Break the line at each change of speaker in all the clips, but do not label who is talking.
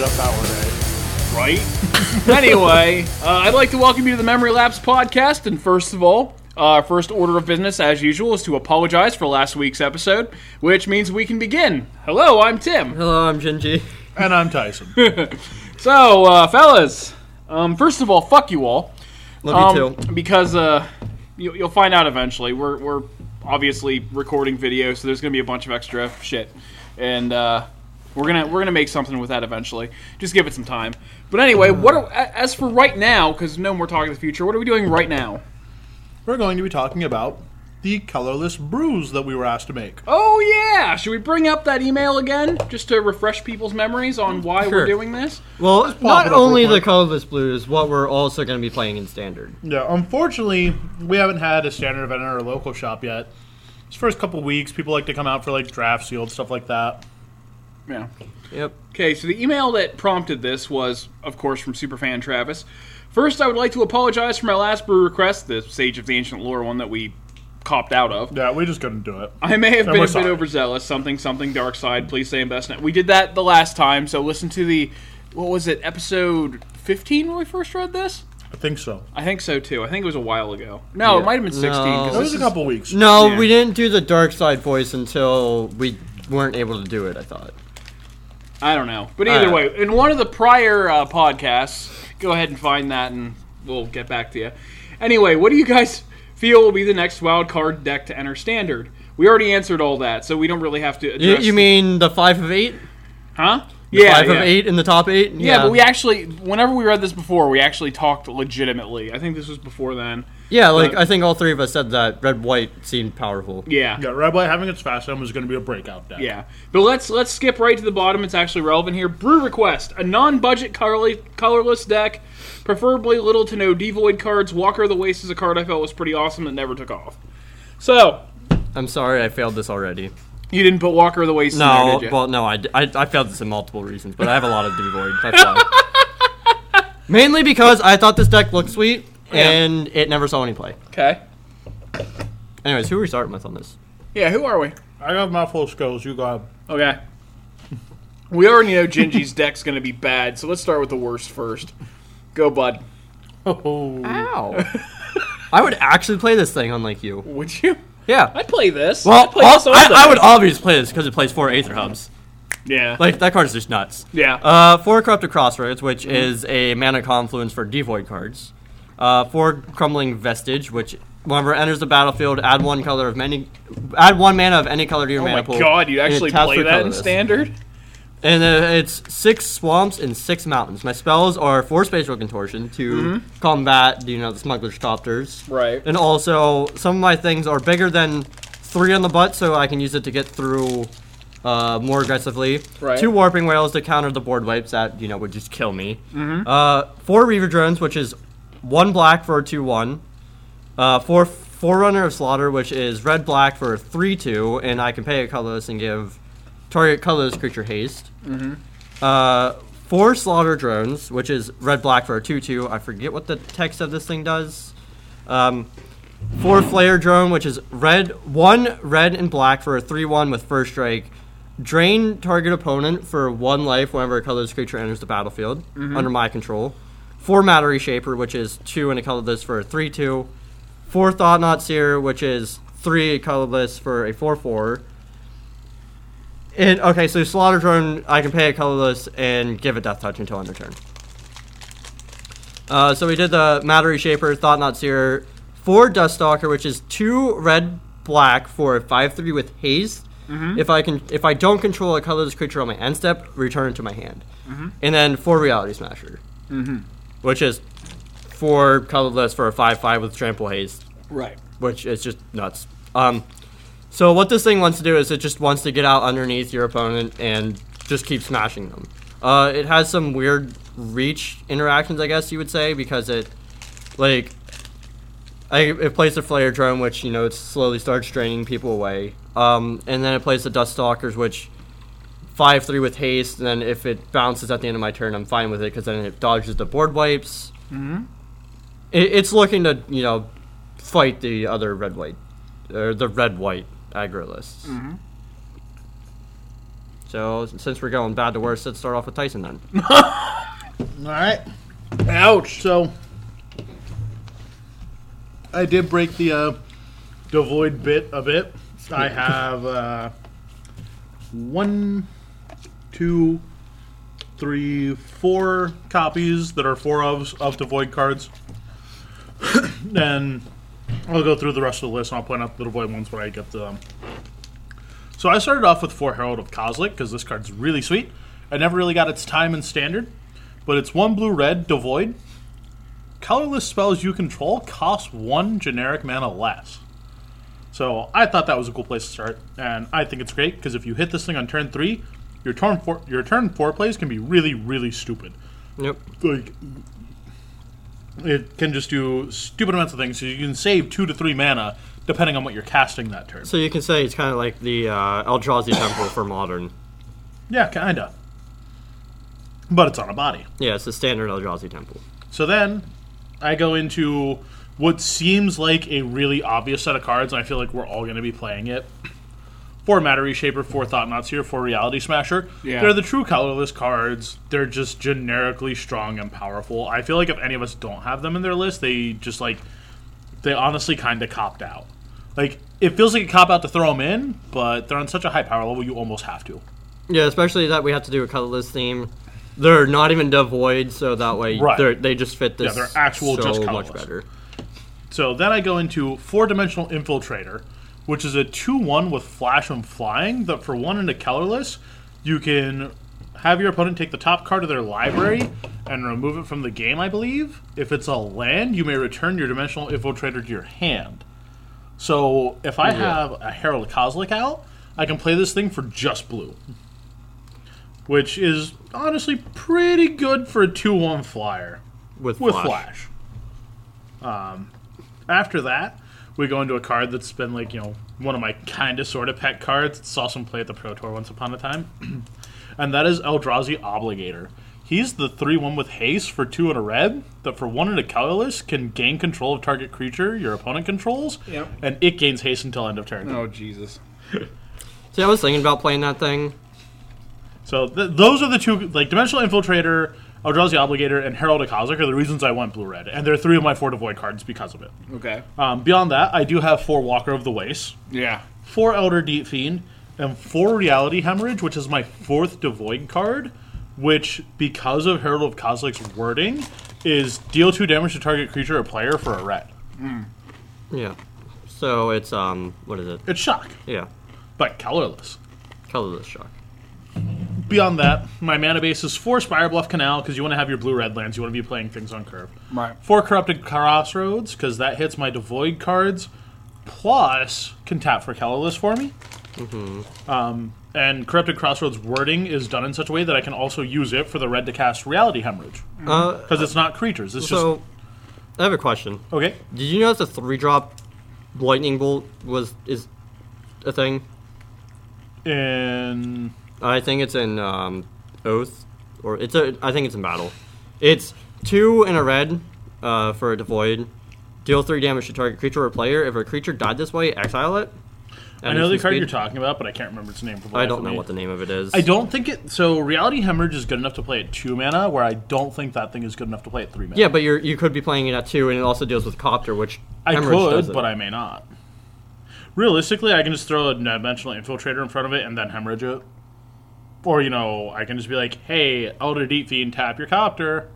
up that
right? anyway, uh, I'd like to welcome you to the Memory Lapse podcast. And first of all, uh, our first order of business, as usual, is to apologize for last week's episode, which means we can begin. Hello, I'm Tim.
Hello, I'm Jinji.
one day. And I'm Tyson.
So, uh, fellas, um, first of all, fuck you all.
Love you
Um,
too.
Because uh, you, you'll find out eventually. We're, we're obviously recording video, so there's going to be a bunch of extra shit, and uh, we're gonna we're gonna make something with that eventually. Just give it some time. But anyway, what are, a- as for right now? Because no more talking to the future. What are we doing right now?
We're going to be talking about the colorless brews that we were asked to make.
Oh yeah, should we bring up that email again just to refresh people's memories on why we're
Sure.
doing this?
Well,
pop it
not
up real
only the
quick.
colorless blues, what we're also going to be playing in standard.
Yeah, unfortunately, we haven't had a standard event in our local shop yet. This first couple weeks, people like to come out for like draft sealed stuff like that.
Yeah.
Yep.
Okay, so the email that prompted this was, of course, from superfan Travis. First, I would like to apologize for my last brew request, the Sage of the Ancient Lore one that we copped out of.
Yeah, we just couldn't do it.
I may have
And we're
been a bit
sorry.
overzealous. Something, something, dark side. Please say best net. We did that the last time, so listen to the what was it, episode fifteen when we first read this.
I think so.
I think so too. I think it was a while ago. No, it
Yeah.
might have been sixteen. 'cause
That was
this
a
is-
couple weeks.
No,
Yeah.
we didn't do the dark side voice until we weren't able to do it. I thought.
I don't know, but either
Uh,
way, in one of the prior uh, podcasts, go ahead and find that, and we'll get back to you. Anyway, what do you guys feel will be the next wild card deck to enter standard? We already answered all that, so we don't really have to.
You,
Address
you mean the five of eight?
huh? Yeah,
five
yeah.
of eight in the top eight.
Yeah, but we actually, whenever we read this before, we actually talked legitimately. I think this was before then.
Yeah, like
but-
I think all three of us said that red white seemed powerful.
Yeah,
Yeah, Red Light having its fast time was going to be a breakout deck.
Yeah, but let's let's skip right to the bottom. It's actually relevant here. Brew request: a non-budget colorly, colorless deck, preferably little to no devoid cards. Walker of the Waste is a card I felt was pretty awesome that never took off. So
I'm sorry, I failed this already.
you didn't put Walker of the Waste in there,
No,
did you?
well, no, I, d- I, I failed this in multiple reasons, but I have a lot of devoid. That's why. Mainly because I thought this deck looked sweet,
Yeah.
and it never saw any play.
okay.
Anyways, who are we starting with on this?
Yeah, who are we?
I got a mouthful of skulls. You got
Okay. We already know Gingy's deck's going to be bad, so let's start with the worst first. Go, bud.
oh,
Ow. I would actually play this thing, unlike you.
Would you?
Yeah.
I'd play this.
Well,
I'd play
I'll-
this all
I,
day.
I would obviously play this because it plays four Aether Hubs.
Yeah.
Like, that card's just nuts.
yeah. Oh
Uh, four Corrupted Crossroads, which
Mm-hmm.
is a mana confluence for Devoid cards. Uh, four Crumbling Vestige, which whenever it enters the battlefield, add one color of many, add one mana of any color to your
oh
mana
my
pool.
god, you
and it
actually
taps
play
for
that in
colorless.
standard?
And uh, it's six Swamps and six Mountains. My spells are four Spatial Contortion to combat, you know, the Smuggler's Copters.
Right.
And also, some of my things are bigger than three on the butt, so I can use it to get through uh, more aggressively.
Right.
Two warping whales to counter the board wipes that you know would just kill me. Uh, four reaver drones, which is one black for a two one. Uh, four forerunner of slaughter, which is red black for a three two, and I can pay a colorless and give target colorless creature haste. Uh, four slaughter drones, which is red black for a two two. I forget what the text of this thing does. Um, four flare drone, which is red one red and black for a three one with first strike. Drain target opponent for one life whenever a colorless creature enters the battlefield under my control. Four Mattery Shaper, which is two and a colorless for a three two. Four Thought Not Seer, which is three colorless for a four four. And okay, so Slaughter Drone, I can pay a colorless and give a Death Touch until end of turn. Uh, so we did the Mattery Shaper, Thought Not Seer, four Dust Stalker, which is two red black for a five three with haste. If I can, if I don't control a colorless creature on my end step, return it to my hand. And then four Reality Smasher, mm-hmm. which is four colorless for a five five with Trample Haste
Right.
which is just nuts. Um, so what this thing wants to do is it just wants to get out underneath your opponent and just keep smashing them. Uh, it has some weird reach interactions, I guess you would say, because it like I, it plays the flare drone, which you know it slowly starts draining people away, um, and then it plays the dust stalkers, which five three with haste. And then if it bounces at the end of my turn, I'm fine with it because then it dodges the board wipes. Mm-hmm. It, it's looking to you know fight the other red
Mm-hmm.
white or the red white aggro lists. So since we're going bad to worse, let's start off with Tyson then.
All right. Ouch. So I did break the uh, Devoid bit a bit. I have uh, one, two, three, four copies that are four ofs of Devoid cards. and I'll go through the rest of the list and I'll point out the Devoid ones when I get to them. So I started off with four Herald of Kozlik because this card's really sweet. I never really got its time and standard but it's one blue red devoid. Colorless spells you control cost one generic mana less. So I thought that was a cool place to start, and I think it's great because if you hit this thing on turn three, your turn four your turn four plays can be really really stupid.
Yep.
Like it can just do stupid amounts of things. So you can save two to three mana depending on what you're casting that turn.
So you can say it's kind of like the uh, Eldrazi Temple for modern.
Yeah, kinda. But it's on a body.
Yeah, it's the standard Eldrazi Temple.
So then I go into what seems like a really obvious set of cards, and I feel like we're all going to be playing it. Four Matter Reshaper, four Thought Knotseer, four Reality Smasher.
Yeah.
They're the true colorless cards. They're just generically strong and powerful. I feel like if any of us don't have them in their list, they just like they honestly kind of copped out. Like it feels like a cop out to throw them in, but they're on such a high power level, you almost have to.
Yeah, especially that we have to do a colorless theme. They're not even devoid, so that way
Right.
they're, they just fit this.
they're actual
so
just
much
colorless.
better.
So then I go into Four Dimensional Infiltrator, which is a 2 1 with Flash and Flying that for one and a colorless, you can have your opponent take the top card of their library and remove it from the game, I believe. If it's a land, you may return your Dimensional Infiltrator to your hand. So if I have a Herald Kozlik out, I can play this thing for just blue, which is honestly pretty good for a 2 1 flyer
With,
with
flash.
Flash. Um, after that, we go into a card that's been like you know one of my kind of sort of pet cards. It's saw some play at the Pro Tour once upon a time, and that is Eldrazi Obligator. He's the three-one with haste for two and a red that for one and a colorless can gain control of target creature your opponent controls,
Yep.
and it gains haste until end of turn.
Oh Jesus.
See, I was thinking about playing that thing.
So th- those are the two like Dimensional Infiltrator, Eldrazi Obligator, and Herald of Kozak are the reasons I went blue-red, and they're three of my four Devoid cards because of it.
Okay.
Um, beyond that, I do have four Walker of the Waste,
Yeah.
four Elder Deep Fiend, and four Reality Hemorrhage, which is my fourth Devoid card, which, because of Herald of Kozlik's wording, is deal two damage to target creature or player for a red.
Yeah. So it's um, what is it?
It's shock,
Yeah,
but colorless.
colorless shock.
Beyond that, my mana base is four Spire Bluff Canal because you want to have your blue red lands. You want to be playing things on curve.
Right.
Four Corrupted Crossroads because that hits my Devoid cards, plus can tap for colorless for me.
Mm-hmm.
Um, and Corrupted Crossroads wording is done in such a way that I can also use it for the red to cast Reality Hemorrhage
Uh,
because it's not creatures. It's
so I have a question.
just okay.
Did you notice the three drop lightning bolt was is a thing?
And
I think it's in um, Oath, or it's a. I think it's in Battle. It's two and a red uh, for a Devoid. Deal three damage to target creature or player. If a creature died this way, exile it.
I know the
Instant
card
speed.
you're talking about, but I can't remember its name. For the
I
life
don't
of
know
me.
what the name of it is.
I don't think it. So Reality Hemorrhage is good enough to play at two mana, where I don't think that thing is good enough to play at three mana.
Yeah, but you're, you could be playing it at two, and it also deals with Copter, which
I
Hemorrhage
could,
does it.
but I may not. Realistically, I can just throw a dimensional infiltrator in front of it and then hemorrhage it. Or, you know, I can just be like, hey, Elder Deep Fiend, tap your copter.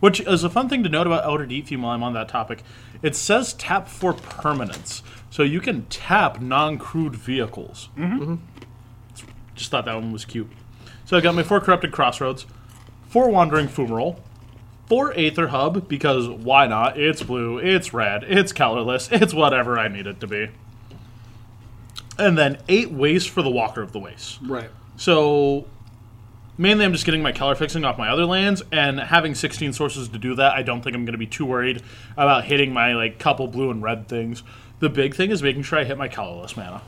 Which is a fun thing to note about Elder Deep Fiend while I'm on that topic. It says tap for permanence. So you can tap non crewed vehicles. Mm-hmm. Just thought that one was cute. So I got my four Corrupted Crossroads, four Wandering Fumeral, for Aether Hub because why not? It's blue, it's red, it's colorless, it's whatever I need it to be. And then eight waste for the Walker of the Waste.
Right.
So mainly I'm just getting my color fixing off my other lands, and having 16 sources to do that, I don't think I'm going to be too worried about hitting my like couple blue and red things. The big thing is making sure I hit my colorless mana.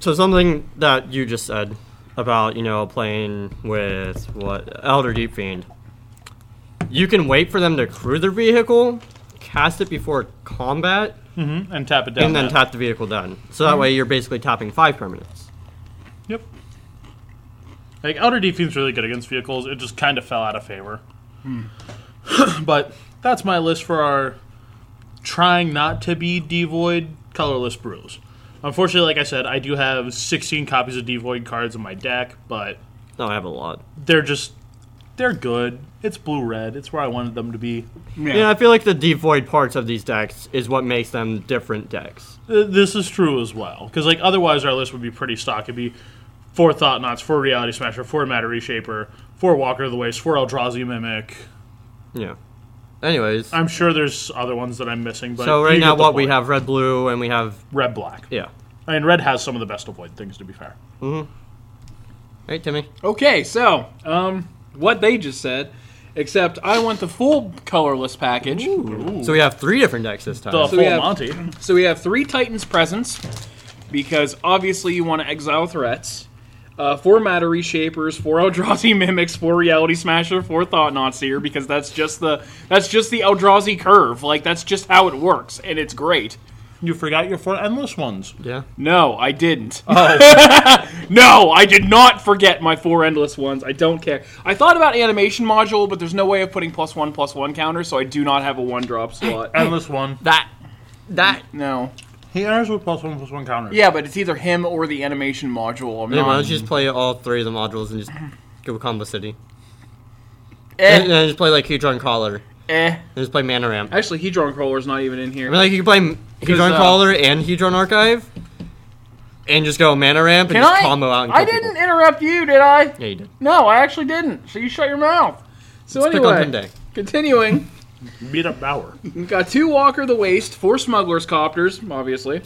So something that you just said about you know playing with what Elder Deep Fiend. You can wait for them to crew their vehicle, cast it before combat,
And tap it down.
and then
that. Mm-hmm.
tap the vehicle down. So that way you're basically tapping five permanents.
Yep. Like outer defense really good against vehicles. It just kind of fell out of favor. but that's my list for our trying not to be devoid colorless brews. Unfortunately, like I said, I do have 16 copies of devoid cards in my deck, but
No, I have a lot.
they're just they're good. It's blue red. It's where I wanted them to be.
Yeah.
Yeah, I feel like the devoid parts of these decks is what makes them different decks.
Th- This is true as well, because like otherwise our list would be pretty stock. It'd be four Thought Knots, four Reality Smasher, four Matter Reshaper, four Walker of the Waste, four Eldrazi Mimic.
Yeah. Anyways,
I'm sure there's other ones that I'm missing, but
so
you
right
get
now
the
what we
point.
have red, blue, and we have
red black.
yeah.
I mean, red has some of the best avoid things to be fair.
Right, Timmy.
Okay, so um, what they just said, except I want the full colorless package.
So we have three different decks this time.
The
So
full
we have-
Monty.
So we have three Titans presence, because obviously you want to exile threats. Uh, four Matter Reshapers, four Eldrazi Mimics, four Reality Smasher, four Thought Knots here, because that's just the that's just the Eldrazi curve. Like that's just how it works, and it's great.
You forgot your four endless ones.
yeah.
No, I didn't.
Oh.
no, I did not forget my four endless ones. I don't care. I thought about animation module, but there's no way of putting plus one plus one counter, so I do not have a one drop slot.
Endless one.
um, That. That.
No.
He enters with plus one plus one counter.
Yeah, but it's either him or the animation module. I'm
Yeah, why
not.
don't you just play all three of the modules and just go Combo City? And,
Eh,
then just play like Hedron Collar. And
eh.
just play Mana Ramp. I
Actually, Hedron Crawler's not even in
mean,
here.
like, you can play Hedron
uh,
Collar and Hedron Archive and just go Mana Ramp and
Can
just
I?
combo out and
I
kill people.
didn't interrupt you, did I?
Yeah, you did.
No, I actually didn't. So you shut your mouth. So
Let's pick on
anyway,
Kunde.
continuing.
Beat up Bauer.
We've got two Walker the Waste, four Smuggler's Copters, obviously,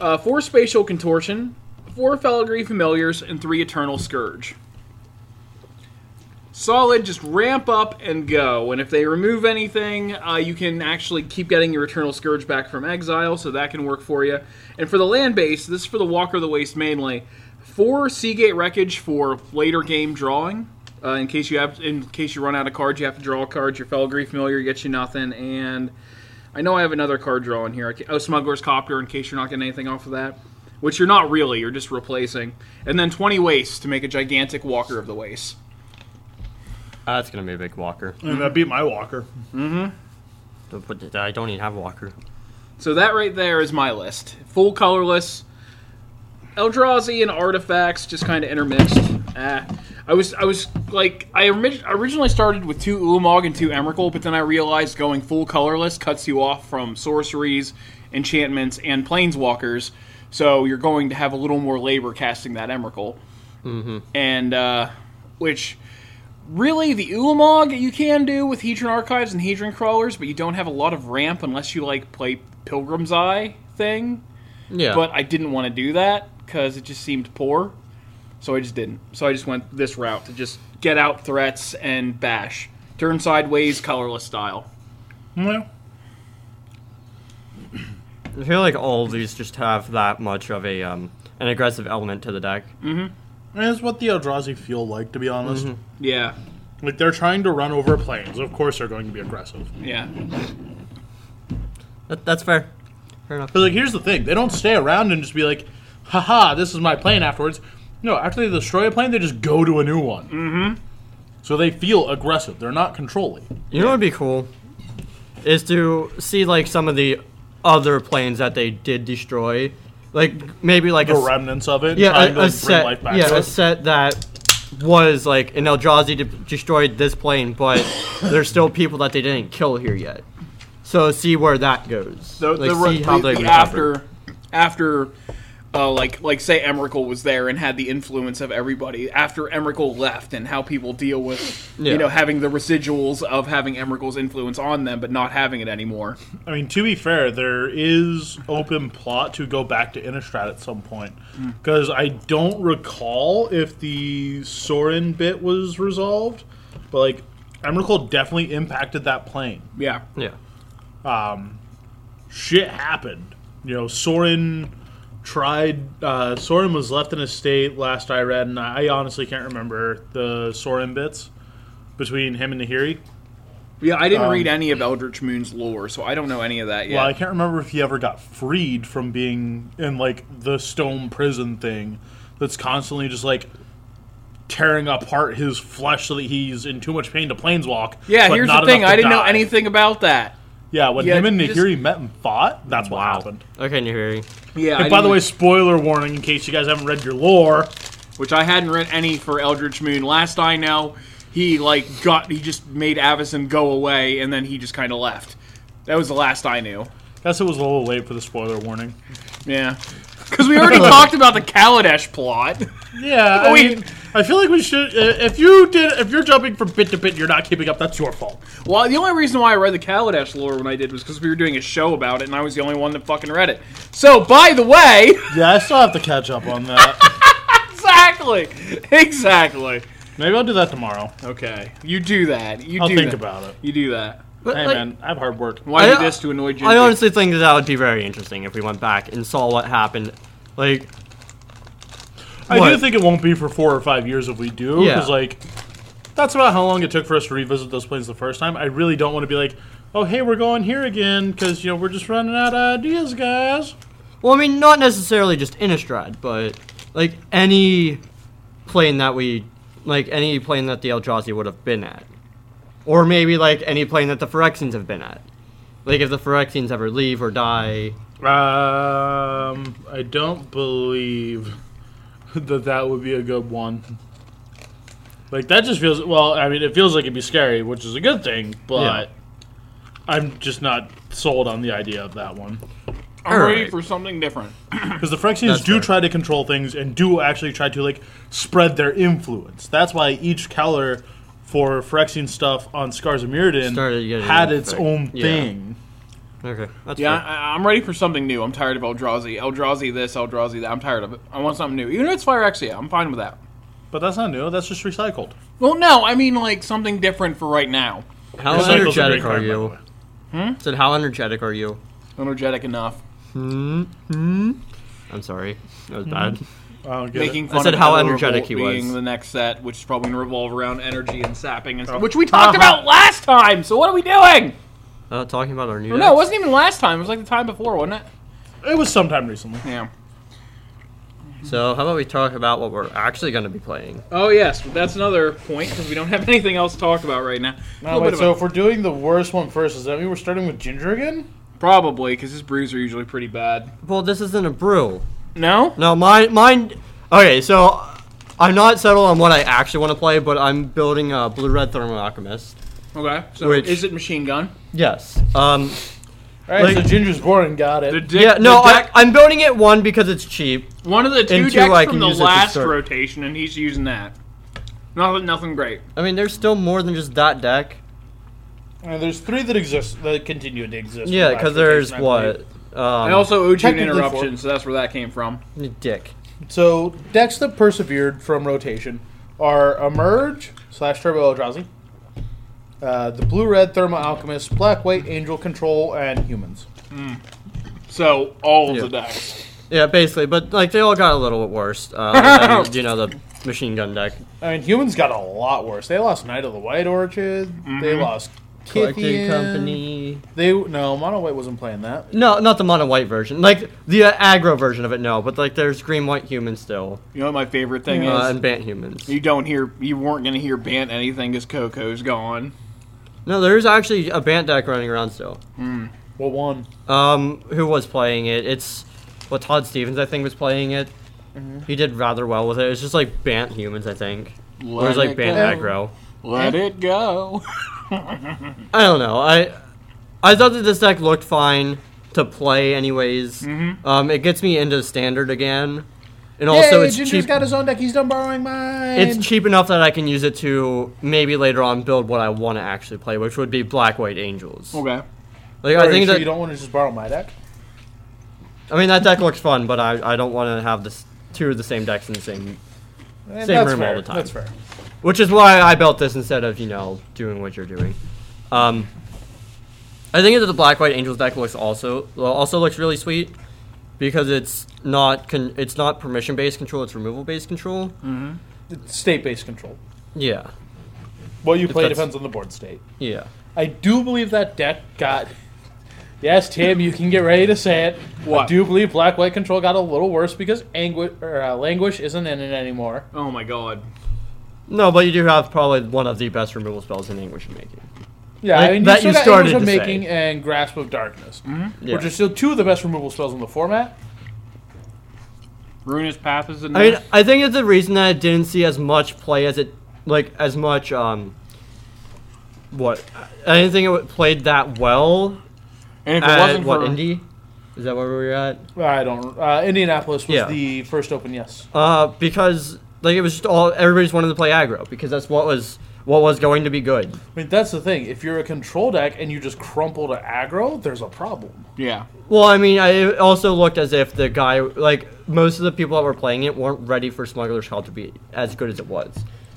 uh, four Spatial Contortion, four Feligree Familiars, and three Eternal Scourge. Solid, just ramp up and go. And if they remove anything, uh, you can actually keep getting your Eternal Scourge back from exile, so that can work for you. And for the land base, this is for the Walker the Waste mainly. Four Seagate Wreckage for later game drawing. Uh, in case you have, in case you run out of cards, you have to draw cards. Your Felgree Familiar gets you nothing, and I know I have another card draw in here. I ca- Oh, Smuggler's Copter, in case you're not getting anything off of that. Which you're not really, you're just replacing. And then 20 Wastes to make a gigantic Walker of the Wastes.
Ah, that's gonna be a big Walker.
And that beat my Walker.
Don't put it- I don't even have Walker.
So that right there is my list. Full colorless. Eldrazi and artifacts just kind of intermixed. Ah. I was I was like I orig- originally started with two Ulamog and two Emrakul, but then I realized going full colorless cuts you off from sorceries, enchantments, and planeswalkers. So you're going to have a little more labor casting that Emrakul, and uh, which really the Ulamog you can do with Hedron Archives and Hedron Crawlers, but you don't have a lot of ramp unless you like play Pilgrim's Eye thing.
Yeah.
But I didn't want to do that because it just seemed poor, so I just didn't. So I just went this route to just get out threats and bash, turn sideways, colorless style.
Well,
I feel like all of these just have that much of a um, an aggressive element to the deck.
that's what the Eldrazi feel like, to be honest.
Yeah,
Like they're trying to run over planes. Of course, they're going to be aggressive.
yeah,
That, that's fair. Fair enough.
But like, here's the thing: they don't stay around and just be like, "Haha, this is my plane." Afterwards, no. After they destroy a plane, they just go to a new one. Mm-hmm. So they feel aggressive. They're not controlling.
You know what would be cool? Is to see like some of the other planes that they did destroy. Like maybe like
The
a, s-
remnants of it.
yeah,
trying
a,
to
a
bring
set
life back
yeah,
to
a
it.
set that was like an Eldrazi de- destroyed this plane, but there's still people that they didn't kill here yet. So see where that goes.
the,
like
the,
see
the-
how they
the
recover.
after after uh, like like say Emrakul was there and had the influence of everybody after Emrakul left and how people deal with
Yeah.
you know having the residuals of having Emrakul's influence on them but not having it anymore.
I mean, to be fair, there is open plot to go back to Innistrad at some point
Mm.
because I don't recall if the Sorin bit was resolved, but like Emrakul definitely impacted that plane.
Yeah.
Yeah.
shit happened. You know, Soren tried. Uh, Soren was left in a state last I read, and I honestly can't remember the Soren bits between him and Nahiri.
Yeah, I didn't read any of Eldritch Moon's lore, so I don't know any of that yet.
Um, Well, I can't remember if he ever got freed from being in like the stone prison thing that's constantly just like tearing apart his flesh so that he's in too much pain to planeswalk.
Yeah,
but
here's
not
the thing.
enough to
I didn't know
die.
anything about that.
Yeah, when
Yeah,
him and
you just-
Nahiri met and fought, that's what happened.
Okay, Nahiri.
Yeah.
And by the way, spoiler warning in case you guys haven't read your lore.
which I hadn't read any for Eldritch Moon. Last I know, he like got he just made Avison go away, and then he just kind of left. That was the last I knew.
Guess it was a little late for the spoiler warning.
Yeah, because we already talked about the Kaladesh plot.
Yeah, I
We-
mean, I feel like we should. i- If you did, if you're jumping from bit to bit, and you're not keeping up. That's your fault.
Well, the only reason why I read the Kaladesh lore when I did was because we were doing a show about it, and I was the only one that fucking read it. So, by the way,
Yeah, I still have to catch up on that.
exactly, exactly.
Maybe I'll do that tomorrow.
Okay, you do that. You
I'll
do
think
that.
about it.
You do that.
But,
Hey
like,
man, I have hard work.
Why
I-
do this to annoy Jim?
I honestly think that, that would be very interesting if we went back and saw what happened. Like,
I do
What?
think it won't be for four or five years if we do,
Yeah.
because like that's about how long it took for us to revisit those planes the first time. I really don't want to be like, oh hey, we're going here again, because you know we're just running out of ideas, guys.
well, I mean, not necessarily just Innistrad, but like any plane that we, like any plane that the Eldrazi would have been at, or maybe like any plane that the Phyrexians have been at. Like if the Phyrexians ever leave or die,
Um, I don't believe that that would be a good one. Like that just feels well. I mean, it feels like it'd be scary, which is a good thing, but I'm just not sold on the idea of that one.
I'm ready
Alright.
for something different.
Because the Phyrexians
Hmm. That's
do
fair.
try to control things and do actually try to like spread their influence. That's why each color for Phyrexian stuff on Scars of Mirrodin
Started getting
had its
infect-
own
yeah.
thing.
okay, that's
Yeah,
fair.
I, I'm ready for something new. I'm tired of Eldrazi. Eldrazi this, Eldrazi that. I'm tired of it. I want something new. Even if it's Phyrexia, I'm fine with that.
But that's not new. That's just recycled.
Well, no, I mean like something different for right now.
How
Recycle's a
energetic
great card,
are
by the
you?
way.
Said how energetic are you?
Energetic enough.
I'm sorry, that was bad.
I don't get it.
Making fun
said
of
how
Elder
energetic
Revolt
he
being
was.
the next set, which is probably going to revolve around energy and sapping and stuff,
Oh.
which we talked
Uh-huh.
about last time. So what are we doing?
Uh, talking about our new.
No, it
decks?
wasn't even last time. It was like the time before, wasn't it?
It was sometime recently.
Yeah.
So how about we talk about what we're actually going to be playing?
Oh yes, but that's another point because we don't have anything else to talk about right now. A
No,
little
wait,
bit of
so
a-
if we're doing the worst one first, does that mean we're starting with Ginger again?
probably because his brews are usually pretty bad.
Well, this isn't a brew.
No.
No, mine, mine. Okay, so I'm not settled on what I actually want to play, but I'm building a blue red thermal alchemist.
Okay. So
Which-
is it machine gun?
Yes. Um.
All right,
Like-
so Ginger's boring. Got
The
it.
dick,
yeah. No,
the deck,
I, I'm building it one because it's cheap.
one of the two
and two,
decks
I
from
can
the
use it to
last
start.
rotation, and he's using that. Nothing, nothing great.
I mean, there's still more than just that deck.
And there's three that exist that continue to exist. from
Yeah,
last
because there's
rotation, I
what.
believe.
Um,
I also owed you an
technically
interruption,
four.
so that's where that came from.
dick.
So decks that persevered from rotation are Emerge slash Turbo Eldrazi, uh, the Blue Red Thermo Alchemist, Black White Angel Control, and Humans.
So all of
Yeah.
the decks.
Yeah, basically, but like they all got a little bit worse. Uh, than, you know the machine gun deck.
I mean, Humans got a lot worse. They lost Knight of the White Orchid. They lost
Collecting
Kithian.
company.
They no Mono White wasn't playing that.
No, not the mono white version. Like the uh, aggro version of it. No, but like there's green white humans still
You know what my favorite thing
uh,
is?
and bant humans.
You don't hear, you weren't gonna hear Bant anything because Coco's gone.
No, there's actually a bant deck running around still.
Well, one.
Um, who was playing it? It's well Todd Stevens I think was playing it. He did rather well with it. It's just like bant humans I think. Or it's
Let
like
it
bant
go.
aggro.
Let it go.
I don't know. I I thought that this deck looked fine to play anyways. Um, it gets me into standard again, and also
Yay,
it's
Ginger's
cheap.
got his own deck. He's done borrowing mine.
It's cheap enough that I can use it to maybe later on build what I want to actually play, which would be Black White Angels.
okay.
Like
Are
I think
you sure
that
you don't want to just borrow my deck.
I mean that deck looks fun, but I, I don't want to have this two of the same decks in the same, Same
Eh, that's
room all
fair.
the time.
That's fair.
which is why I built this instead of you know doing what you're doing. Um, I think that the Black White Angels deck looks also also looks really sweet because it's not con- it's not permission based control, it's removal based control.
State based control.
Yeah,
What you play
that's-
depends on the board state.
yeah.
I do believe that deck got Yes, Tim, you can get ready to say it. I
What?
do believe black white control got a little worse because angu- or, uh, languish isn't in it anymore.
Oh my god.
No, but you do have probably one of the best removal spells in English making.
Yeah,
Like,
I mean, you
that
still
you
got
started
Anguish of
to say. Mm-hmm.
Making and Grasp of Darkness,
Yeah.
which are still two of the best removal spells in the format.
Ruinous Path is in
I mean,
there.
I think it's the reason that it didn't see as much play as it, like, as much, um, what? I didn't think it w- played that well
And if it
at,
wasn't
uh, what,
for
Indy? Is that where we were at?
I don't. Uh, Indianapolis was
Yeah.
the first open, yes.
Uh, because, like, it was just all, everybody's wanted to play aggro, because that's what was, what was going to be good.
I mean, that's the thing. If you're a control deck and you just crumple to aggro, there's a problem.
yeah,
Well, I mean, I, it also looked as if the guy, like, most of the people that were playing it weren't ready for Smuggler's Call to be as good as it was.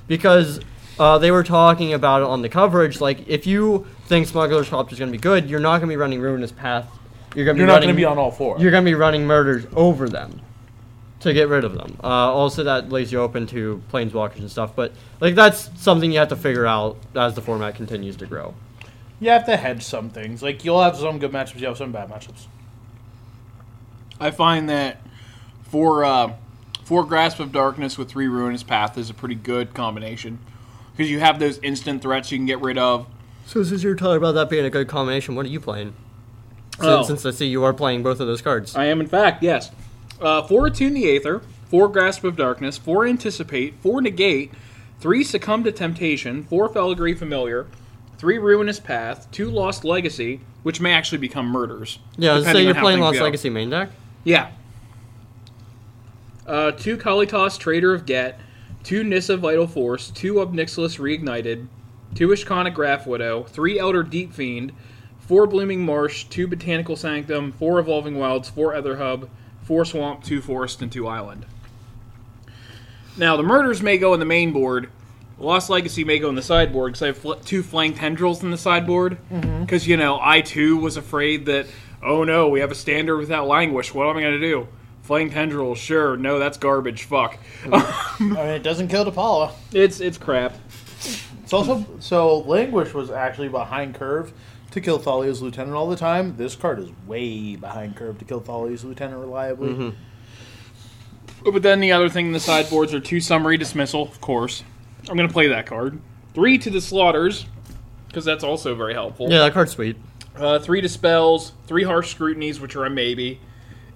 Because uh, they were talking about it on the coverage, like, if you think Smuggler's Call is going to be good, you're not going to be running Ruinous Path. You're going to be
You're not
running,
going to be on all four.
You're going to be running Murders over them to get rid of them. Uh, also, that leaves you open to Planeswalkers and stuff, but, like, that's something you have to figure out as the format continues to grow.
You have to hedge some things. Like you'll have some good matchups, you have some bad matchups.
I find that for uh, for Grasp of Darkness with three Ruinous Path is a pretty good combination because you have those instant threats you can get rid of.
So since you're talking about that being a good combination, what are you playing? Since,
Oh.
since I see you are playing both of those cards.
I am, in fact, yes. Uh, four attune the aether, four grasp of darkness, four anticipate, four negate, three succumb to temptation, four filigree familiar, three ruinous path, two lost legacy, which may actually become murders.
yeah, so
depending on
you're
how
playing
things
Lost
go.
Legacy main deck.
Yeah. Uh, two Kalitas, Trader of Get, two Nissa Vital Force, two Obnixilus Reignited, two Ishkana Graph Widow, three Elder Deep Fiend, four Blooming Marsh, two Botanical Sanctum, four Evolving Wilds, four Ether Hub, four Swamp, two Forest, and two Island. Now, the murders may go in the main board. Lost Legacy may go in the sideboard because I have fl- two flanked tendrils in the sideboard. Because, you know, I too was afraid that, oh no, we have a standard without languish. What am I going to do? Flanked tendrils, sure. No, that's garbage. Fuck.
I mean, it doesn't kill Depala.
it's it's crap.
It's also so Languish was actually behind curve to kill Thalia's lieutenant all the time. This card is way behind curve to kill Thalia's lieutenant reliably.
But then the other thing in the sideboards are two Summary Dismissal, of course. I'm going to play that card. Three to the Slaughters, because that's also very helpful.
Yeah, that card's sweet.
Uh, three Dispels, three Harsh Scrutinies, which are a maybe,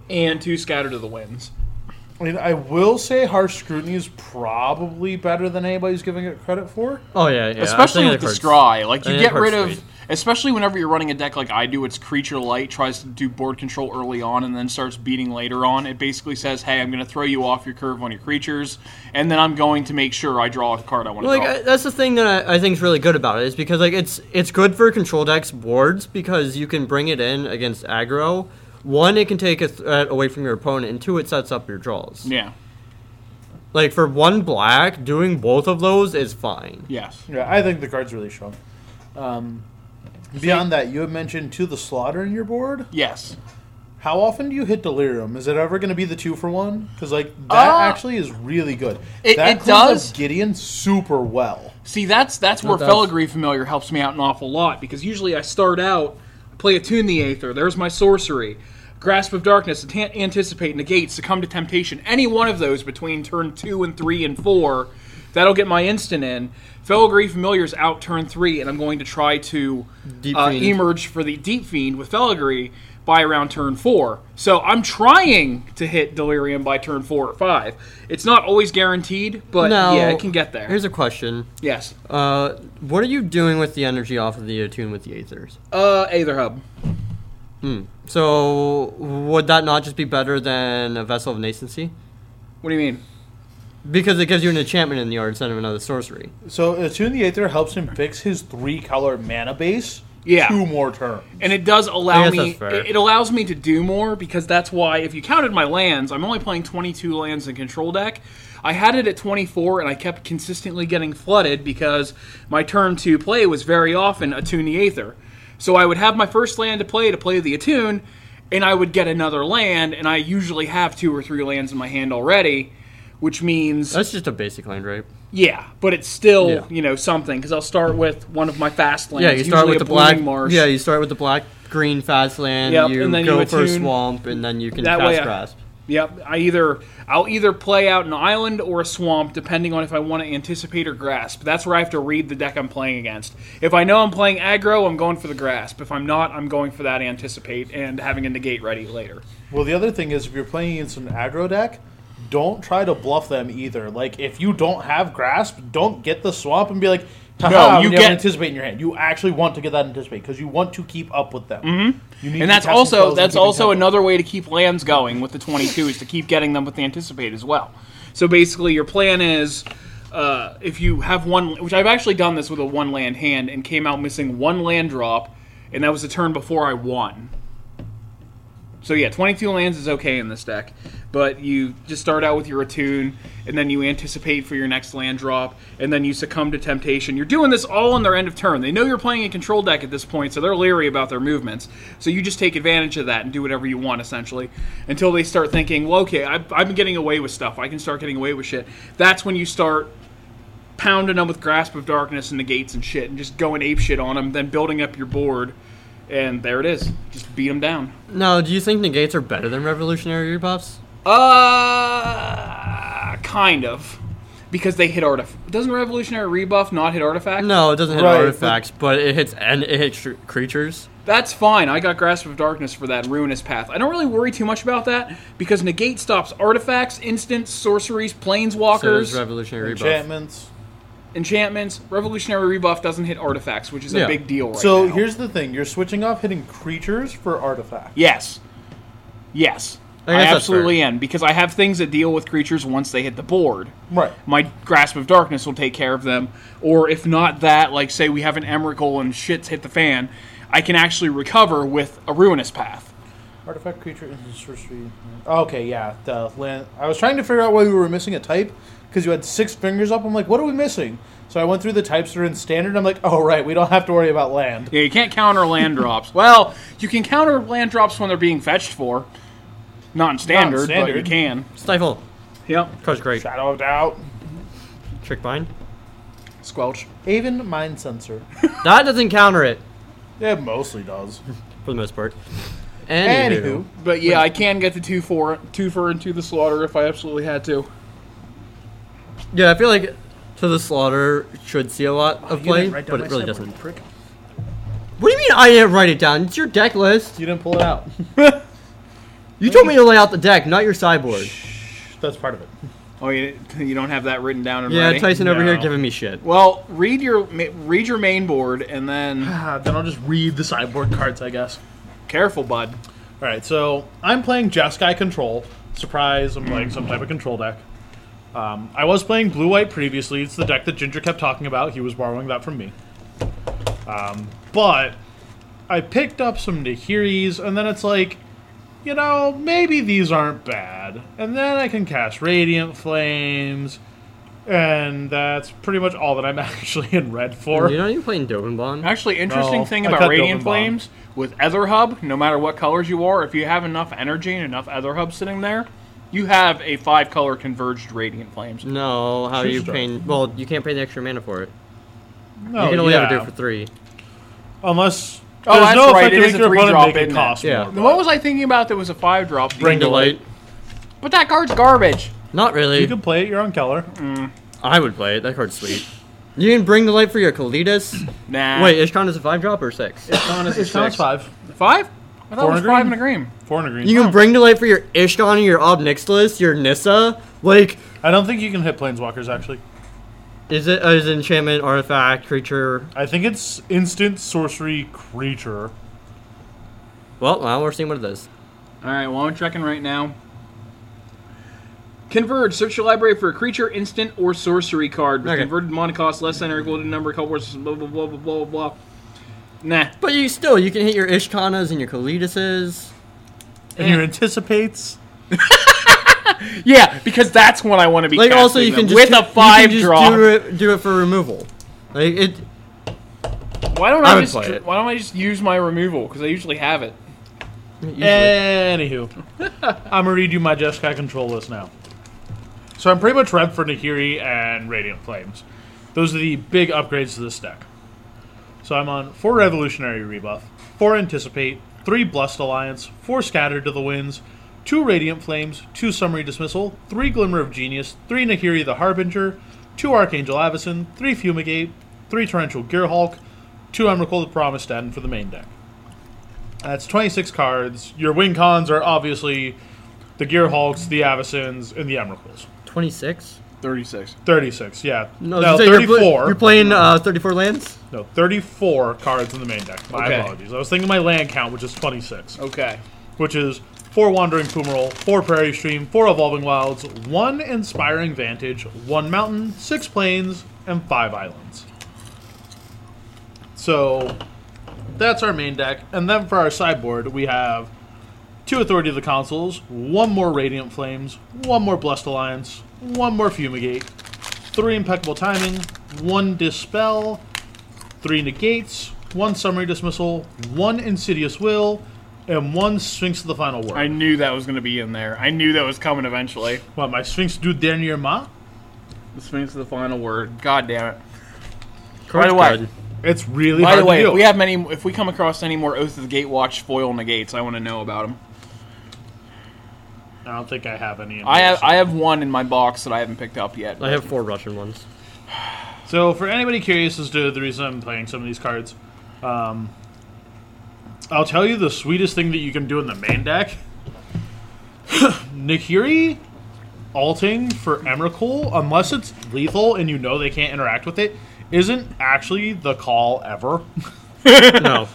and two Scatter to the Winds.
I mean, I will say Harsh Scrutiny is probably better than anybody's giving it credit for.
Oh yeah, yeah. I
especially
think
with the
that card's-
scry. Like
I
you
think that
get rid
card's
of,
sweet.
especially whenever you're running a deck like I do, it's creature light tries to do board control early on and then starts beating later on. It basically says, "Hey, I'm going to throw you off your curve on your creatures, and then I'm going to make sure I draw a card I want to
Like
draw."
I, that's the thing that I, I think is really good about it is because like it's it's good for control decks boards because you can bring it in against aggro. One, it can take a threat away from your opponent, and two, it sets up your draws.
yeah.
Like for one black, doing both of those is fine.
Yes.
Yeah, I think the card's really strong. Um, beyond that, you had mentioned to the slaughter in your board.
Yes.
How often do you hit delirium? Is it ever going to be the two for one? Because like that
Uh,
actually is really good.
it-
that
it
cleans up
does.
Gideon super well.
See, that's that's where
does.
Filigree Familiar helps me out an awful lot because usually I start out, play Attune the Aether, there's my sorcery, Grasp of Darkness, Ant- Anticipate, Negate, Succumb to Temptation, any one of those between turn 2 and 3 and 4, that'll get my instant in. Filigree Familiar's out turn 3, and I'm going to try to
Deep
uh,
Fiend.
emerge for the Deep Fiend with Filigree by around turn 4. So I'm trying to hit Delirium by turn 4 or 5. It's not always guaranteed, but
Now,
yeah, it can get there.
Here's a question:
yes.
uh, What are you doing with the energy off of the attune with the aethers?
Uh, Aether Hub.
So would that not just be better than a vessel of nascency?
What do you mean?
Because it gives you an enchantment in the yard instead of another sorcery.
So Attune the Aether helps him fix his three color mana base.
Yeah.
Two more turns.
And it does allow
guess
me.
that's fair.
It it allows me to do more because that's why if you counted my lands, I'm only playing 22 lands in control deck. I had it at 24, and I kept consistently getting flooded because my turn to play was very often attune the aether. So I would have my first land to play to play the attune, and I would get another land, and I usually have two or three lands in my hand already, which means
That's just a basic land right?
Yeah, but it's still
Yeah.
you know something because I'll start with one of my fast lands.
Yeah, you start
usually
with
a
the black.
Blooming Marsh.
Yeah, you start with the black green fast land,
Yep,
you
and then
go
you
for
attune.
swamp, and then you can
That
cast
way I-
grasp.
Yep, I either I'll either play out an island or a swamp, depending on if I want to anticipate or grasp. That's where I have to read the deck I'm playing against. If I know I'm playing aggro, I'm going for the grasp. If I'm not, I'm going for that anticipate and having a negate ready later.
Well, the other thing is, if you're playing against an aggro deck, don't try to bluff them either. Like, if you don't have grasp, don't get the swamp and be like, no,
you
you get
get-
anticipate in your hand. You actually want to get that anticipate because you want to keep up with them. You need
Mm-hmm. And
to
that's
be casting spells
also
and
that's
keeping
also
tempo.
another way to keep lands going with the 22 is to keep getting them with the anticipate as well. So basically, your plan is uh, if you have one, which I've actually done this with a one land hand and came out missing one land drop, and that was the turn before I won. So yeah, 22 lands is okay in this deck, but you just start out with your attune, and then you anticipate for your next land drop, and then you succumb to temptation. You're doing this all on their end of turn. They know you're playing a control deck at this point, so they're leery about their movements. So you just take advantage of that and do whatever you want, essentially, until they start thinking, well, okay, I've, I've been getting away with stuff. I can start getting away with shit. That's when you start pounding them with Grasp of Darkness and Negates and shit, and just going ape shit on them, then building up your board, and there it is. Just beat them down.
Now, do you think negates are better than revolutionary rebuffs?
Uh, kind of, because they hit artifact. Doesn't revolutionary rebuff not hit artifact?
No, it doesn't hit
Right, but-
artifacts, but, it hits and it hits tr- creatures.
That's fine. I got Grasp of Darkness for that Ruinous Path. I don't really worry too much about that because negate stops artifacts, instants, sorceries,
So it's
planeswalkers,
revolutionary rebuff.
enchantments.
enchantments. Revolutionary rebuff doesn't hit artifacts, which is
Yeah.
a big deal right
So
now.
here's the thing: you're switching off hitting creatures for artifacts.
yes, yes,
I
I,
guess that's
absolutely am because I have things that deal with creatures once they hit the board.
Right.
my grasp of darkness will take care of them. Or if not that, like say we have an Emrakul and shit's hit the fan, I can actually recover with a ruinous path.
Artifact creature instant sorcery. Okay, yeah. The land. I was trying to figure out why we were missing a type because you had six fingers up. I'm like, what are we missing? So I went through the types that are in standard. I'm like, oh right, we don't have to worry about land.
Yeah, you can't counter land drops. Well, you can counter land drops when they're being fetched for. Not in standard, but you
Non-standard.
can.
Stifle,
Yep.
crush great,
Shadow of doubt.
trick bind.
Squelch.
Avon mind sensor.
That doesn't counter it
It mostly does.
for the most part.
Anywho,
Anywho,
But yeah, I can get the two for two for and two the slaughter if I absolutely had to.
yeah, I feel like to the slaughter should see a
Oh,
lot of play, but it really doesn't. What do you mean I didn't write it down? It's your deck list.
You didn't pull it out.
You told me to lay out the deck, not your sideboard.
That's part of it.
Oh, you, you don't have that written down in
Yeah,
writing?
Tyson over
No.
here giving me shit.
Well, read your ma- read your main board and then
Ah, then I'll just read the sideboard cards, I guess.
careful, bud.
All right, so I'm playing Jeskai Control. Surprise, I'm playing some type of control deck. Um, I was playing Blue White previously. It's the deck that Ginger kept talking about. He was borrowing that from me. Um, but I picked up some Nahiris, and then it's like, you know, maybe these aren't bad. And then I can cast Radiant Flames, and that's pretty much all that I'm actually in red for.
You're not even playing Dovinbon.
Actually, interesting
No,
thing
I
about
cut
Radiant
Dovinbon.
Flames with Ether Hub, no matter what colors you are, if you have enough energy and enough Ether Hub sitting there, you have a five color converged Radiant Flames.
No, how are you
Schuster.
paying? Well, you can't pay the extra mana for it.
No,
you can only have it
Oh, yeah.
do it for three.
Unless.
Oh,
there's
that's
no
right,
effect
it
to
is
make
a
your
three
opponent
drop,
make it
isn't it?
cost
Yeah.
more.
What was I thinking about that was a five drop?
Bring Delight.
But that card's garbage.
Not really.
You can play it. You're on Keller.
Mm,
I would play it. That card's sweet. You can bring the light for your Kalidas.
Nah.
Wait, Ishkan is a five drop or six?
Ishkan is a
It's not
six.
five.
Five? I thought
Four
it was
and a
five and
green.
a green.
Four and a green.
You can bring the light for your Ishkan and your Obnixilus, your Nissa. Like,
I don't think you can hit planeswalkers. Actually,
is it uh, is it enchantment, artifact, creature?
I think it's instant sorcery creature.
Well, now we're seeing what it is.
All right, well, I'm checking right now. Converge. Search your library for a creature, instant, or sorcery card with
Okay.
converted mana cost less than or equal to the number of colors. Blah blah blah blah blah blah. Nah.
But you still, you can hit your Ishkanas and your Kalidases.
And
Eh.
you anticipates.
Yeah, because that's when I want to be.
Like, also,
casting
you
them.
can just,
with
do-
a five
you can just
drop.
Do, it, do it for removal. Like, it.
Why don't
I
I,
would
just?
play it.
Why don't I just use my removal? Because I usually have it.
usually-
Eh.
Anywho, I'm gonna read you my Jeskai control list now. So I'm pretty much repped for Nahiri and Radiant Flames. Those are the big upgrades to this deck. So I'm on four Revolutionary Rebuff, four Anticipate, three Blessed Alliance, four Scattered to the Winds, two Radiant Flames, two Summary Dismissal, three Glimmer of Genius, three Nahiri the Harbinger, two Archangel Avison, three Fumigate, three Torrential Gearhulk, two Emrakul the Promised End for the main deck. That's 26 cards. Your win cons are obviously the Gearhulks, the Avicens, and the Emrakuls.
26?
36.
36, yeah.
No,
No,
so you're pl-
34.
You're playing uh, 34 lands?
No, 34 cards in the main deck. My
Okay.
apologies. I was thinking my land count, which is 26,
Okay.
which is four Wandering Fumarole, four Prairie Stream, four Evolving Wilds, one Inspiring Vantage, one Mountain, six Plains, and five Islands. So that's our main deck. And then for our sideboard, we have two Authority of the Consuls, one more Radiant Flames, one more Blessed Alliance, one more Fumigate, three Impeccable Timing, one Dispel, three negates, one summary dismissal, one insidious will, and one Sphinx of the Final Word.
I knew that was going to be in there. I knew that was coming eventually.
what, my Sphinx du dernier ma?
This means the final word. God damn it.
Card's
away.
good.
It's really
By
hard
the way,
to do.
if we have many, if we come across any more Oath of the Gatewatch foil negates, I want to know about them.
I don't think I have any. in
I
here,
have,
so-
I have one in my box that I haven't picked up yet.
I have four Russian ones.
So, for anybody curious as to the reason I'm playing some of these cards, um, I'll tell you the sweetest thing that you can do in the main deck. Nikiri alting for Emrakul, unless it's lethal and you know they can't interact with it, isn't actually the call ever.
No.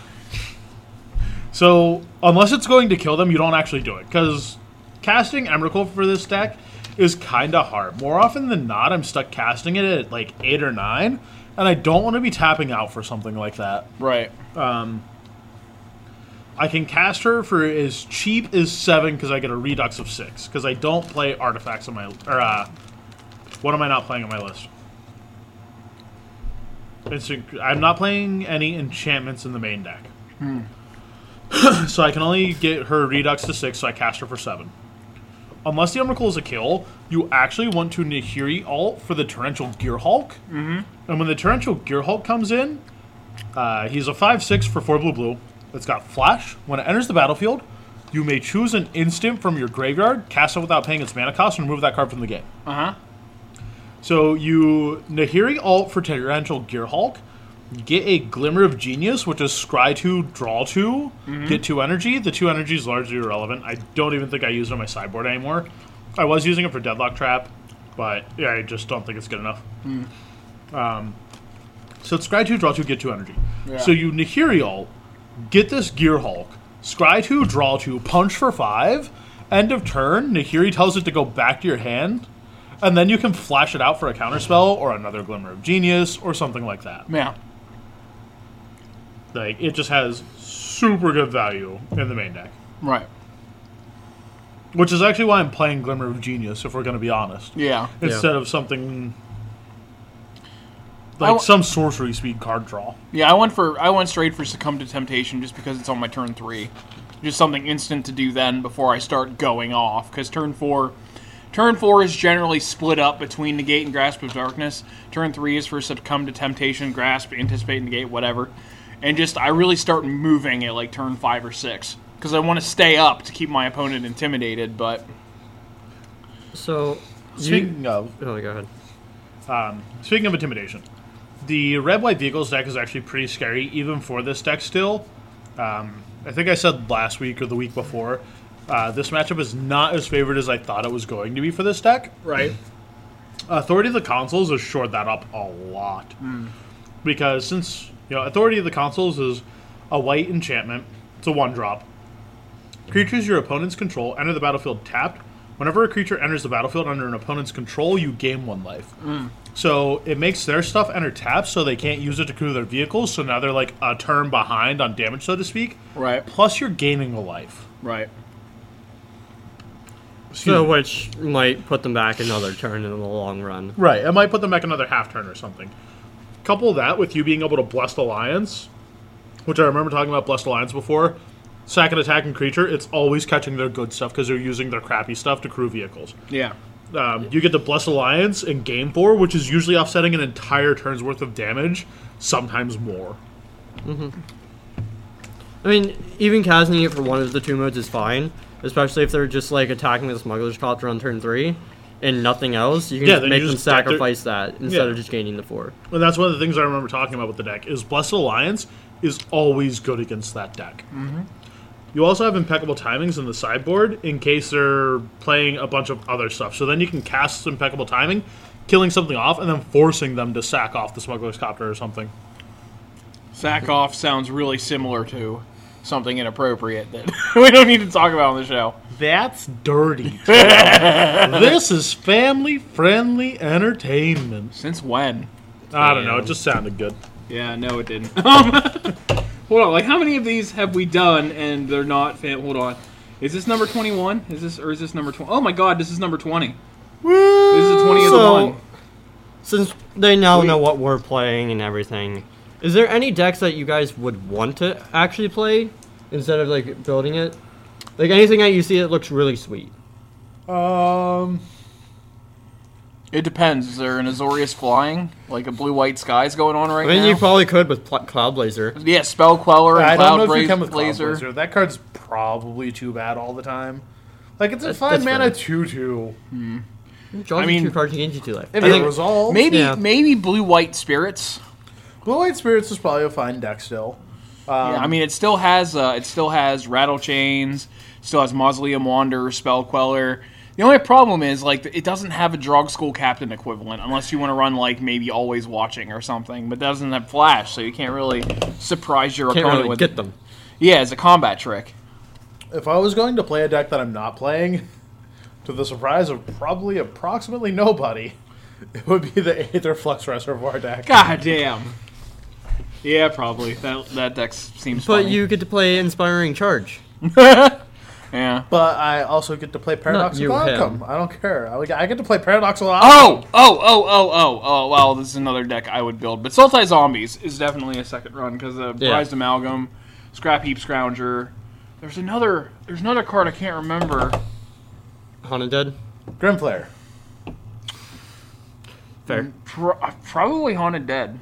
So unless it's going to kill them, you don't actually do it because casting Emrakul for this deck is kind of hard. More often than not, I'm stuck casting it at like eight or nine, and I don't want to be tapping out for something like that.
Right.
I can cast her for as cheap as seven because I get a redux of six because I don't play artifacts on my or uh, what am I not playing on my list? It's, I'm not playing any enchantments in the main deck, so I can only get her redux to six. So I cast her for seven. Unless the Emrakul is a kill, you actually want to Nahiri alt for the Torrential Gear Hulk. Mm-hmm. And when the Torrential Gear Hulk comes in, uh, he's a 5 6 for 4 blue blue. It's got flash. When it enters the battlefield, you may choose an instant from your graveyard, cast it without paying its mana cost, and remove that card from the game. Uh
Uh-huh.
So you Nahiri alt for Torrential Gear Hulk, get a Glimmer of Genius, which is scry 2, draw 2, get 2 energy. The 2 energy is largely irrelevant. I don't even think I use it on my sideboard anymore. I was using it for Deadlock Trap, but yeah, I just don't think it's good enough. Um, So it's scry two, draw two, get two energy. So you Nihirial, get this Gear Hulk, scry two, draw two, punch for five. End of turn, Nahiri tells it to go back to your hand, and then you can flash it out for a counterspell or another Glimmer of Genius or something like that.
Yeah.
Like it just has super good value in the main deck,
Right.
which is actually why I'm playing Glimmer of Genius. If we're going to be honest,
Yeah.
instead of something
I
like
wa-
some sorcery speed card draw.
Yeah, I went for I went straight for succumb to temptation just because it's on my turn three, just something instant to do then before I start going off because turn four, turn four is generally split up between negate and grasp of darkness. Turn three is for succumb to temptation, grasp, anticipate, negate, whatever, and just I really start moving at like turn five or six because I want to stay up to keep my opponent intimidated. But
So. You,
Speaking of,
oh, go ahead.
Speaking of intimidation, the red white vehicles deck is actually pretty scary, even for this deck still. Um, I think I said last week or the week before. Uh, this matchup is not as favored as I thought it was going to be for this deck.
right,
Authority of the Consoles has shored that up a lot. Because since, you know, Authority of the Consoles is a white enchantment, it's a one drop. Creatures your opponents control enter the battlefield tapped. Whenever a creature enters the battlefield under an opponent's control, you gain one life. So it makes their stuff enter tapped so they can't use it to crew their vehicles, so now they're like a turn behind on damage, so to speak.
right,
Plus, you're gaining a life.
right.
Excuse
So,
Hmm.
me.
which might put them back another turn in the long run.
Right. It might put them back another half turn or something. Couple that with you being able to Blessed Alliance, which I remember talking about Blessed Alliance before. Sack an attack and creature, it's always catching their good stuff because they're using their crappy stuff to crew vehicles.
Yeah,
Um, you get the Blessed Alliance in game four, which is usually offsetting an entire turn's worth of damage, sometimes more.
I mean, even casting it for one of the two modes is fine, especially if they're just like attacking the smuggler's copter on turn three and nothing else. You can
Yeah,
just
then
make
you
them
just deck their-
sacrifice that instead
Yeah.
of just gaining the four.
And that's one of the things I remember talking about with the deck is Blessed Alliance is always good against that deck. You also have impeccable timings in the sideboard in case they're playing a bunch of other stuff. So then you can cast impeccable timing, killing something off, and then forcing them to sack off the smuggler's copter or something.
Sack off sounds really similar to something inappropriate that we don't need to talk about on the show.
That's dirty. Joe. this is family friendly entertainment.
Since when?
I don't know. It just sounded good.
Yeah, no, it didn't. Um, hold on, like how many of these have we done and they're not? Fan- hold on, is this number twenty-one? Is this or is this number twenty? Oh my God, this is number twenty. This is the twentieth
So-
one.
Since they now
We-
know what we're playing and everything, is there any decks that you guys would want to actually play instead of like building it? Like anything that you see that looks really sweet.
Um,
It depends. Is there an Azorius flying? Like a blue-white sky's going on right
I mean,
now?
you probably could with pl- Cloud Blazer.
yeah, spell queller and
I
cloud
don't know if you
Bla-
come with
blazer.
Cloud Blazer. That card's probably too bad all the time. Like it's a
That's-
five
that's fair.
mana two two.
Draws
I
you
mean,
two cards and gains you two life.
If
I
it
think-
resolves,
Maybe
Yeah.
maybe blue-white spirits.
Blue Light Spirits is probably a fine deck still.
Yeah,
Um,
I mean, it still has uh, it still has rattle chains, still has mausoleum wanderer, spell queller. The only problem is like it doesn't have a drug school captain equivalent unless you want to run like maybe always watching or something, but it doesn't have flash, so you can't really surprise your
can't
opponent
really
with
get
it.
them.
Yeah, it's a combat trick.
If I was going to play a deck that I'm not playing, to the surprise of probably approximately nobody, it would be the Aether Flux Reservoir deck.
God damn. Yeah, probably that that deck seems.
But
funny.
you get to play Inspiring Charge.
yeah.
But I also get to play
you,
Paradoxical
him.
Outcome. I don't care. I, I get to play Paradoxical
Oh,
Outcome.
oh, oh, oh, oh, oh, well, this is another deck I would build. But Sultai Zombies is definitely a second run because of
Yeah.
Prized Amalgam, Scrap Heap Scrounger. There's another there's another card I can't remember.
Haunted Dead.
Grimflare.
Fair.
Pro- uh, probably Haunted Dead.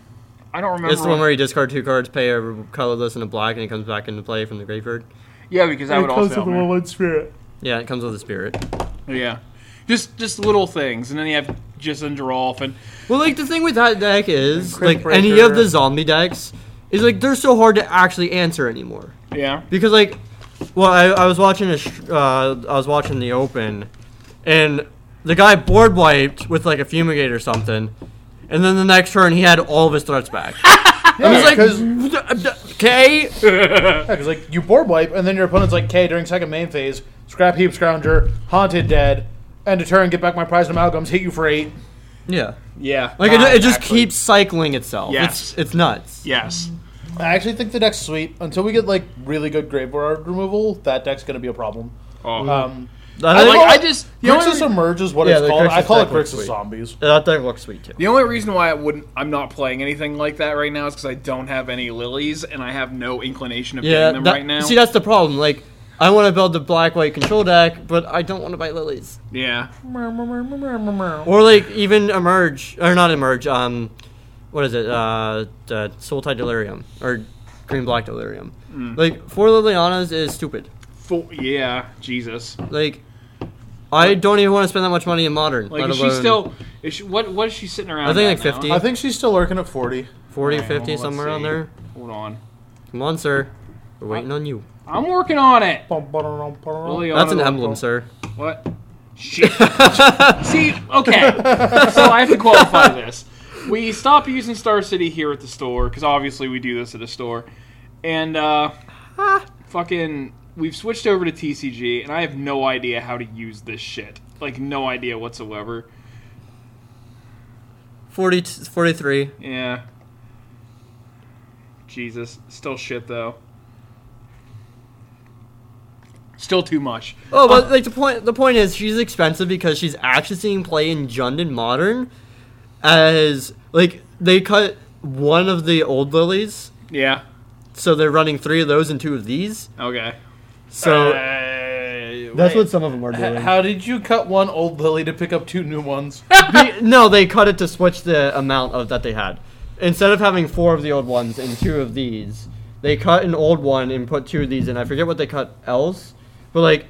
I don't remember.
It's the one where you discard two cards, pay a colorless and a black, and it comes back into play from the graveyard.
yeah, because I would also help me.
one spirit.
Yeah, it comes with a spirit.
Yeah. Just just little things. And then you have Jason Girolf and
Well, like the thing with that deck is,
Crypt
like any of
Breaker.
the zombie decks, is like they're so hard to actually answer anymore.
Yeah.
because like well i, I was watching a sh- uh, i was watching the open and the guy board wiped with like a fumigate or something and then the next turn he had all of his threats back i
because
was like okay
like you board wipe, and then your opponent's like, "Okay, during second main phase, scrap heap scrounger, haunted dead, end a turn, get back my prize amalgams, hit you for eight.
yeah
Yeah.
like it,
Ah,
ju- it just
exactly.
keeps cycling itself
Yes.
it's it's nuts
Yes.
I actually think the deck's sweet. Until we get like really good graveyard removal, that deck's gonna be a problem.
Oh.
Um,
I, like,
That-
call
I
it-
just the only
Grixis Emerge is what
Yeah,
it's
the
called. I
Grixis
call it
deck looks
Grixis
sweet.
Zombies.
that deck looks sweet too
The only reason why I wouldn't, I'm not playing anything like that right now is because I don't have any lilies and I have no inclination of
yeah
getting them
that-
right now.
see that's the problem like i want to build the black white control deck but i don't want to buy lilies
yeah,
Or like even emerge or not emerge. Um, what is it? Uh, uh Soul Tide Delirium or Green Black Delirium.
Mm.
Like four Lilianas is stupid.
Fo- yeah, Jesus.
Like I don't even want to spend that much money in modern.
Like
let
is she
alone
still? Is she, what what is she sitting around?
I think
at
like
now?
50.
I think she's still lurking at forty.
40,
Alright,
50
well, let's
somewhere on
see.
there?
Hold on,
Come on, sir. We're waiting on you.
I'm working on it.
Liliana.
Liliana
That's an
will-
emblem, sir.
What? Shit. See, okay. So I have to qualify this. We stopped using Star City here at the store because obviously we do this at a store, and uh, fucking, we've switched over to TCG, and I have no idea how to use this shit. Like no idea whatsoever.
40, t- 43.
Yeah. Jesus, still shit though. Still too much.
Oh, but like the point the point is she's expensive because she's actually seeing play in Jund and Modern as like they cut one of the old lilies
Yeah.
So they're running three of those and two of these.
Okay.
So
Uh,
That's what
some of them are
How did you cut one old lily to pick up two new ones?
no, they cut it to switch the amount of that they had. instead of having four of the old ones and two of these, they cut an old one and put two of these in. I forget what they cut else, but like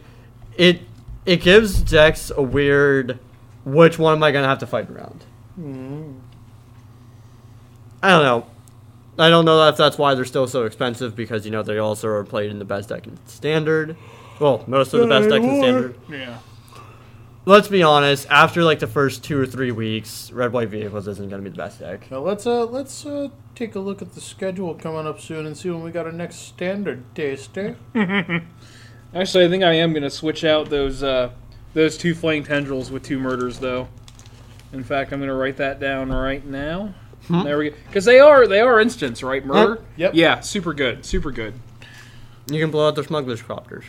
it it gives Dex a weird which one am I gonna have to fight around? I don't know. I don't know if that's why they're still so expensive because you know they also are played in the best deck in standard. Well, most of the best decks in standard
Yeah.
let's be honest, after like the first two or three weeks, red white vehicles isn't gonna be the best deck.
Now let's uh let's uh take a look at the schedule coming up soon and see when we got our next standard eh? taster.
Actually, I think I am gonna switch out those uh, those two flaying tendrils with two murders, though. In fact, I'm gonna write that down right now. There we go. Because they are they are instants, right? Murder.
Yep.
Yeah. Super good. Super good.
You can blow out their smugglers copters.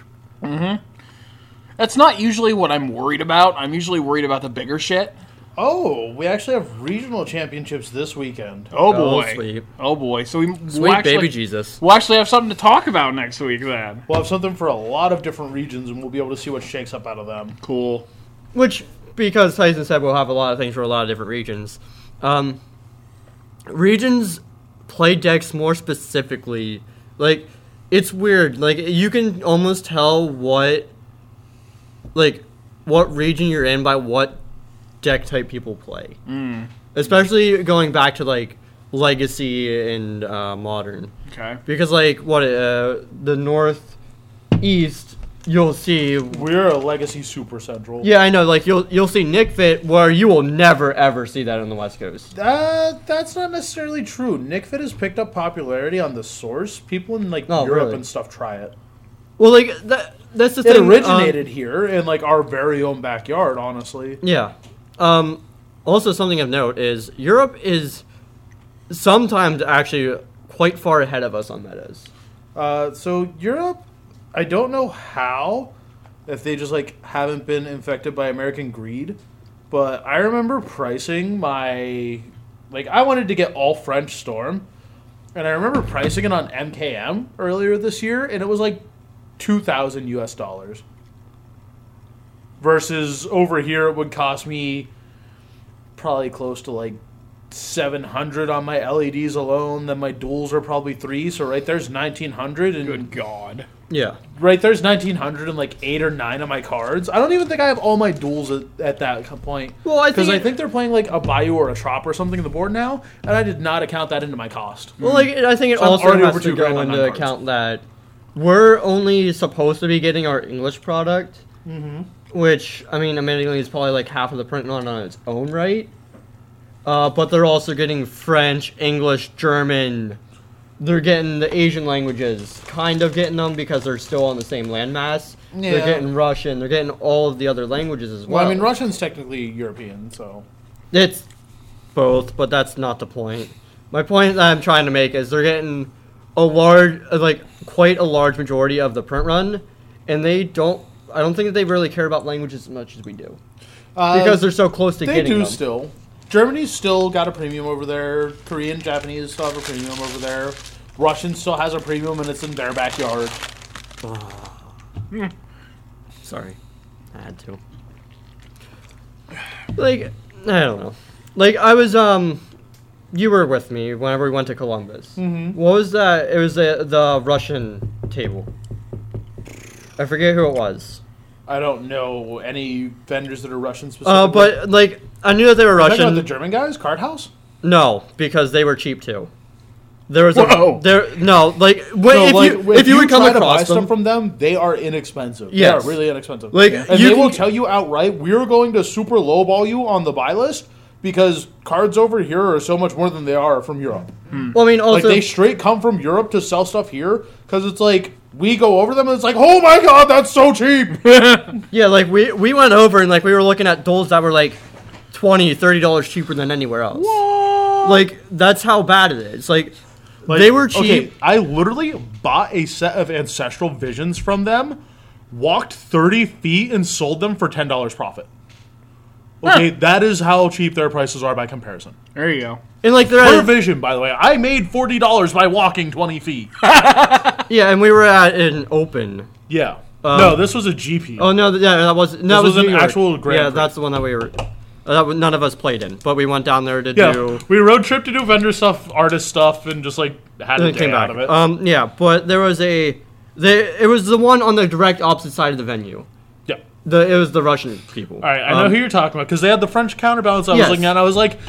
That's not usually what I'm worried about. I'm usually worried about the bigger shit.
Oh, we actually have regional championships this weekend.
Oh
Oh,
boy.
sweet.
Oh boy. So we
Sweet
we'll actually,
baby Jesus.
We'll actually have something to talk about next week then.
We'll have something for a lot of different regions and we'll be able to see what shakes up out of them.
Cool.
Which because Tyson said we'll have a lot of things for a lot of different regions. Um, regions play decks more specifically. Like it's weird. Like you can almost tell what like what region you're in by what deck type people play. Especially going back to like legacy and uh, modern
Okay.
because like what uh, the northeast you'll see
We're a legacy super central.
yeah, I know. Like you'll you'll see Nick Fit where you will never ever see that on the West Coast.
Uh, that's not necessarily true. Nickfit has picked up popularity on the source. People in like
Oh,
Europe
really?
and stuff try it.
Well, like that that's the
It
thing. um,
originated here in like our very own backyard, honestly.
yeah. Um, also, something of note is Europe is sometimes actually quite far ahead of us on metas.
Uh, so Europe, I don't know how, if they just like haven't been infected by American greed, but I remember pricing my, like I wanted to get all French Storm, and I remember pricing it on MKM earlier this year, and it was like two thousand U.S. dollars. Versus over here, it would cost me probably close to like 700 on my LEDs alone. Then my duals are probably three. So right there's 1900 and
Good God.
Yeah.
right there's 1900 and like eight or nine of my cards. I don't even think I have all my duels at, at that co- point.
Well, I
because
think
I
it-
think they're playing like a Bayou or a Trop or something in the board now, and I did not account that into my cost.
Well, like I think it
I'm
also
already
has
over
to
two grand
go
on
into
non-cards.
account that we're only supposed to be getting our English product,
Mm-hmm.
which I mean, admittedly, is probably like half of the print run on its own right. Uh, but they're also getting French, English, German. They're getting the Asian languages, kind of getting them because they're still on the same landmass. They're
Yeah.
getting Russian. They're getting all of the other languages as well.
Well, I mean, Russian's technically European, so
It's both, but that's not the point. My point that I'm trying to make is they're getting a large, uh, like quite a large majority of the print run, and they don't. I don't think that they really care about language as much as we do
uh,
because they're so close to
they
getting
do
them.
still. Germany's still got a premium over there. Korean, Japanese still have a premium over there. Russian still has a premium, and it's in their backyard.
Sorry, I had to. Like I don't know. Like I was um, you were with me whenever we went to Columbus. Mm-hmm. What was that? It was the the Russian table. I forget who it was.
I don't know any vendors that are Russian specifically.
Uh, but like I knew that they were
Talking about
Russian.
the German guys, Card House.
no, because they were cheap too. There was
Whoa.
a there no like when, if
like,
you if you would come
try to buy
across
stuff
them
from them, they are inexpensive.
Yes.
They are really inexpensive.
Like,
and
you
they will
can-
tell you outright, we're going to super lowball you on the buy list because cards over here are so much more than they are from Europe.
well, I mean
Like
also
they straight come from Europe to sell stuff here because it's like we go over them and it's like, oh my god, that's so cheap.
yeah like we we went over and like we were looking at doles that were like 20 30 dollars cheaper than anywhere else. Like that's how bad it is. Like, they were cheap.
Okay, I literally bought a set of ancestral visions from them, walked 30 feet, and sold them for $10 profit. Okay, that is how cheap their prices are by comparison.
There you go.
And like they're
Per
at,
vision, by the way, I made $40 by walking 20 feet.
yeah, and we were at an open. Um,
Yeah. no, this was a GP.
Oh no, th- yeah, that was no, that
This was
New
an
York.
actual Grand
Yeah,
Prix.
that's the one that we were. Uh, that one- none of us played in, but we went down there to
Yeah,
do.
we road trip to do vendor stuff, artist stuff, and just like had
And
a
it came
day
back.
out of it.
Um, yeah, but there was a, the, it was the one on the direct opposite side of the venue.
yeah.
The it was the Russian people.
All right, I know who you're talking about because they had the French counterbalance. I
Um, Yes.
was looking at. I was like,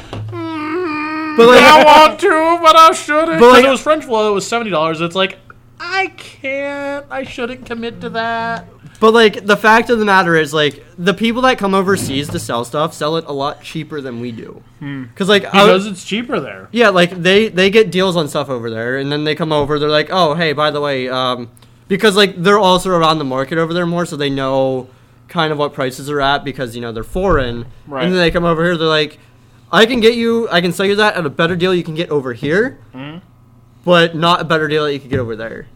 But
I
like,
want to, but I shouldn't.
But,
But
like-
it was French flow. It was seventy dollars. It's like I can't. I shouldn't commit to that.
but like, the fact of the matter is, like, the people that come overseas to sell stuff sell it a lot cheaper than we do. Because like, I was-
Hmm. Because it's cheaper there.
Yeah, like they they get deals on stuff over there, and then they come over. They're like, oh, hey, by the way, um, because like they're also around the market over there more, so they know kind of what prices are at because you know they're foreign.
Right.
And then they come over here. They're like, I can get you, I can sell you that at a better deal you can get over here, but not a better deal that you can get over there.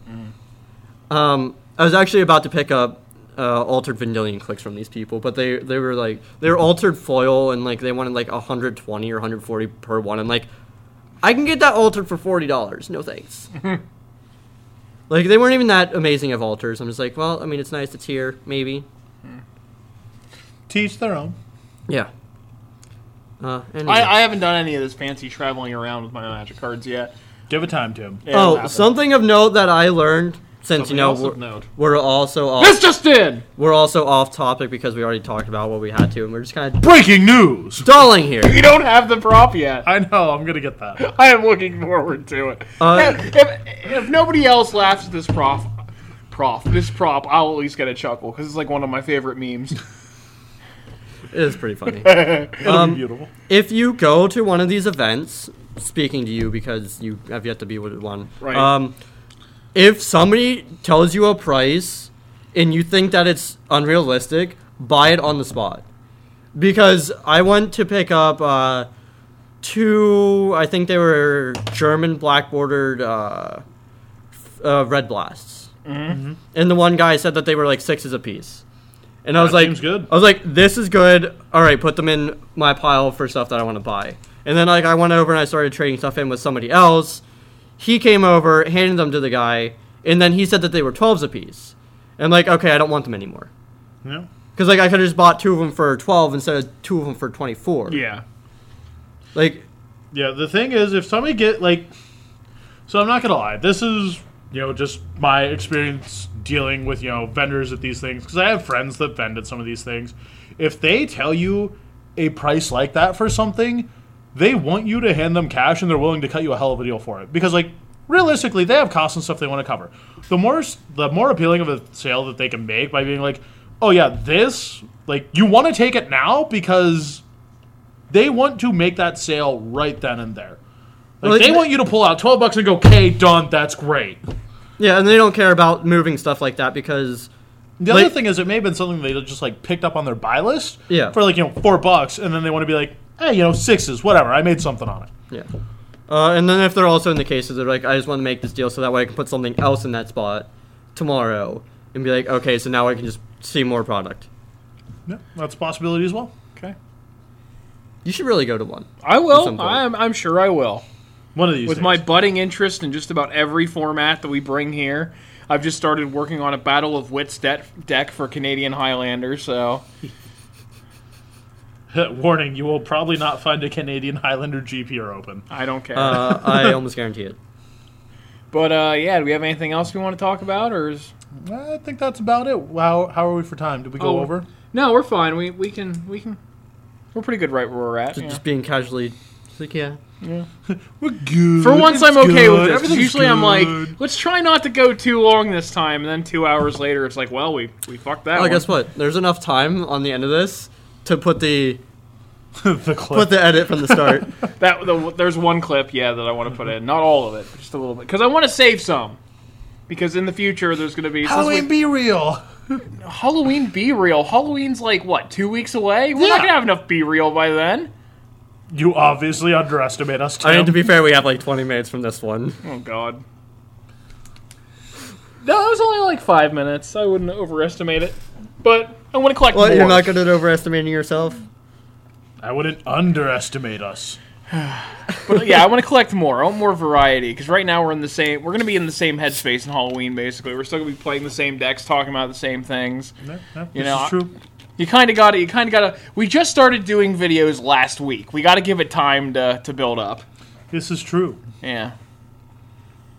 Um, I was actually about to pick up uh, altered Vendilion clicks from these people, but they they were like they were altered foil and like they wanted like 120 or 140 per one. I'm like, I can get that altered for forty dollars. No thanks.
Mm-hmm.
like they weren't even that amazing of alters. I'm just like, well, I mean, it's nice. It's here, maybe.
Teach their own.
Yeah. Uh, anyway.
I, I haven't done any of this fancy traveling around with my magic cards yet.
Give it time to him.
It
oh,
happened.
something of note that I learned
Something
since you know
else of
we're,
note.
we're also off,
This just in.
we're also off topic because we already talked about what we had to, and we're just kind of
Breaking news.
stalling here.
You don't have the prop yet.
I know. I'm gonna get that.
I am looking forward to it.
Uh,
if, if- if nobody else laughs at this prop, prop, this prop, I'll at least get a chuckle because it's like one of my favorite memes.
It is pretty funny.
It'll
Um,
be beautiful.
if you go to one of these events, speaking to you because you have yet to be with one,
Right.
um, if somebody tells you a price and you think that it's unrealistic, buy it on the spot. Because I went to pick up uh, two, I think they were German black bordered uh, f- uh, red blasts.
Mm-hmm.
Mm-hmm. And the one guy said that they were like sixes apiece. And I was like,
seems good.
I was like, this is good. All right, put them in my pile for stuff that I want to buy. And then like I went over and I started trading stuff in with somebody else. He came over, handed them to the guy, and then he said that they were twelves apiece. And I'm like, okay, I don't want them anymore.
Yeah.
Because like I could have just bought two of them for twelve instead of two of them for twenty four.
yeah.
Like
Yeah, the thing is, if somebody get like, so I'm not gonna lie, this is you know just my experience dealing with you know vendors at these things because I have friends that vend at some of these things. If they tell you a price like that for something, they want you to hand them cash and they're willing to cut you a hell of a deal for it because like realistically they have costs and stuff they want to cover. The more s- the more appealing of a sale that they can make by being like, oh yeah, this like you want to take it now because they want to make that sale right then and there. Like,
Well,
they
it's-
want you to pull out twelve bucks and go, "Okay, done. That's great."
yeah, and they don't care about moving stuff like that because
The
Like-
other thing is, it may have been something they just like picked up on their buy list,
Yeah.
for like you know four bucks, and then they want to be like, "Hey, you know sixes, whatever. I made something on it."
yeah. Uh, and then if they're also in the cases, they're like, I just want to make this deal so that way I can put something else in that spot tomorrow and be like, okay, so now I can just see more product.
Yeah, that's a possibility as well.
Okay.
You should really go to one.
I
At some
will.
point.
I'm, I'm sure I will.
One of these
With
things.
my budding interest in just about every format that we bring here, I've just started working on a Battle of Wits de- deck for Canadian Highlanders. So
warning, you will probably not find a Canadian Highlander GPR open.
I don't care.
Uh, I almost guarantee it.
but uh, yeah, do we have anything else we want to talk about, or is
I think that's about it. Wow, how are we for time? Did we go
Oh.
over?
no? We're fine. We we can we can. We're pretty good right where we're at.
Just,
yeah.
just being casually, just like, yeah.
We're good.
For once,
It's
I'm okay
good.
with this. 'cause
Everything's
Usually, I'm
good.
like, let's try not to go too long this time, and then two hours later, it's like, well, we we fucked that.
Oh,
one.
guess what? There's enough time on the end of this to put the
the clip.
put the edit from the start.
That the, there's one clip, yeah, that I want to put in. Not all of it, just a little bit, because I want to save some. Because in the future, there's going to be since
Halloween
we-
be real.
Halloween be real. Halloween's like what two weeks away. We're
Yeah.
not going to have enough be real by then.
You obviously underestimate us. Tim.
I mean, to be fair, we have like 20 minutes from this one.
Oh God. No, it was only like five minutes. I wouldn't overestimate it, but I want to collect
What?
more.
You're not good at overestimating yourself?
I wouldn't underestimate us.
But, yeah, I want to collect more. I want more variety because right now we're in the same. We're going to be in the same headspace in Halloween. Basically, we're still going to be playing the same decks, talking about the same things.
No, no,
You
this
know,
is
I-
true.
You kind of got it. You kind of got to. We just started doing videos last week. We got to give it time to to build up.
This is true.
Yeah.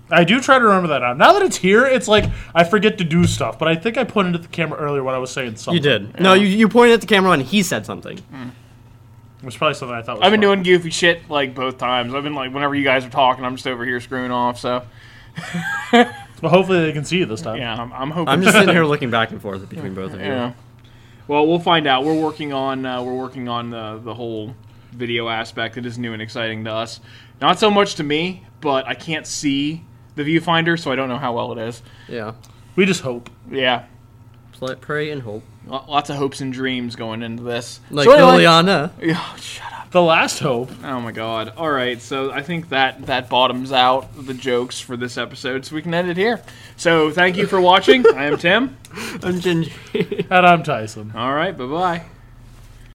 I do try to remember that now. Now that it's here, it's like I forget to do stuff, but I think I pointed at the camera earlier when I was saying something.
You did. No, you, you pointed at the camera and he said something.
It was probably something I thought was
I've been
funny.
doing goofy shit like both times. I've been like whenever you guys are talking, I'm just over here screwing off. So
But hopefully they can see you this time.
yeah, I'm, I'm hoping.
I'm just sitting here looking back and forth between both of you.
yeah. Well, we'll find out. We're working on uh, we're working on the the whole video aspect that is new and exciting to us. Not so much to me, but I can't see the viewfinder, so I don't know how well it is.
Yeah.
We just hope.
Yeah,
Pl- Pray and hope.
lo- lots of hopes and dreams going into this.
Like
so anyway-
Liliana.
Yeah, shut up.
The last hope.
Oh my god. All right, so I think that that bottoms out the jokes for this episode, so we can end it here. So thank you for watching. I am Tim.
I'm Ginger.
And I'm Tyson.
All right, bye bye.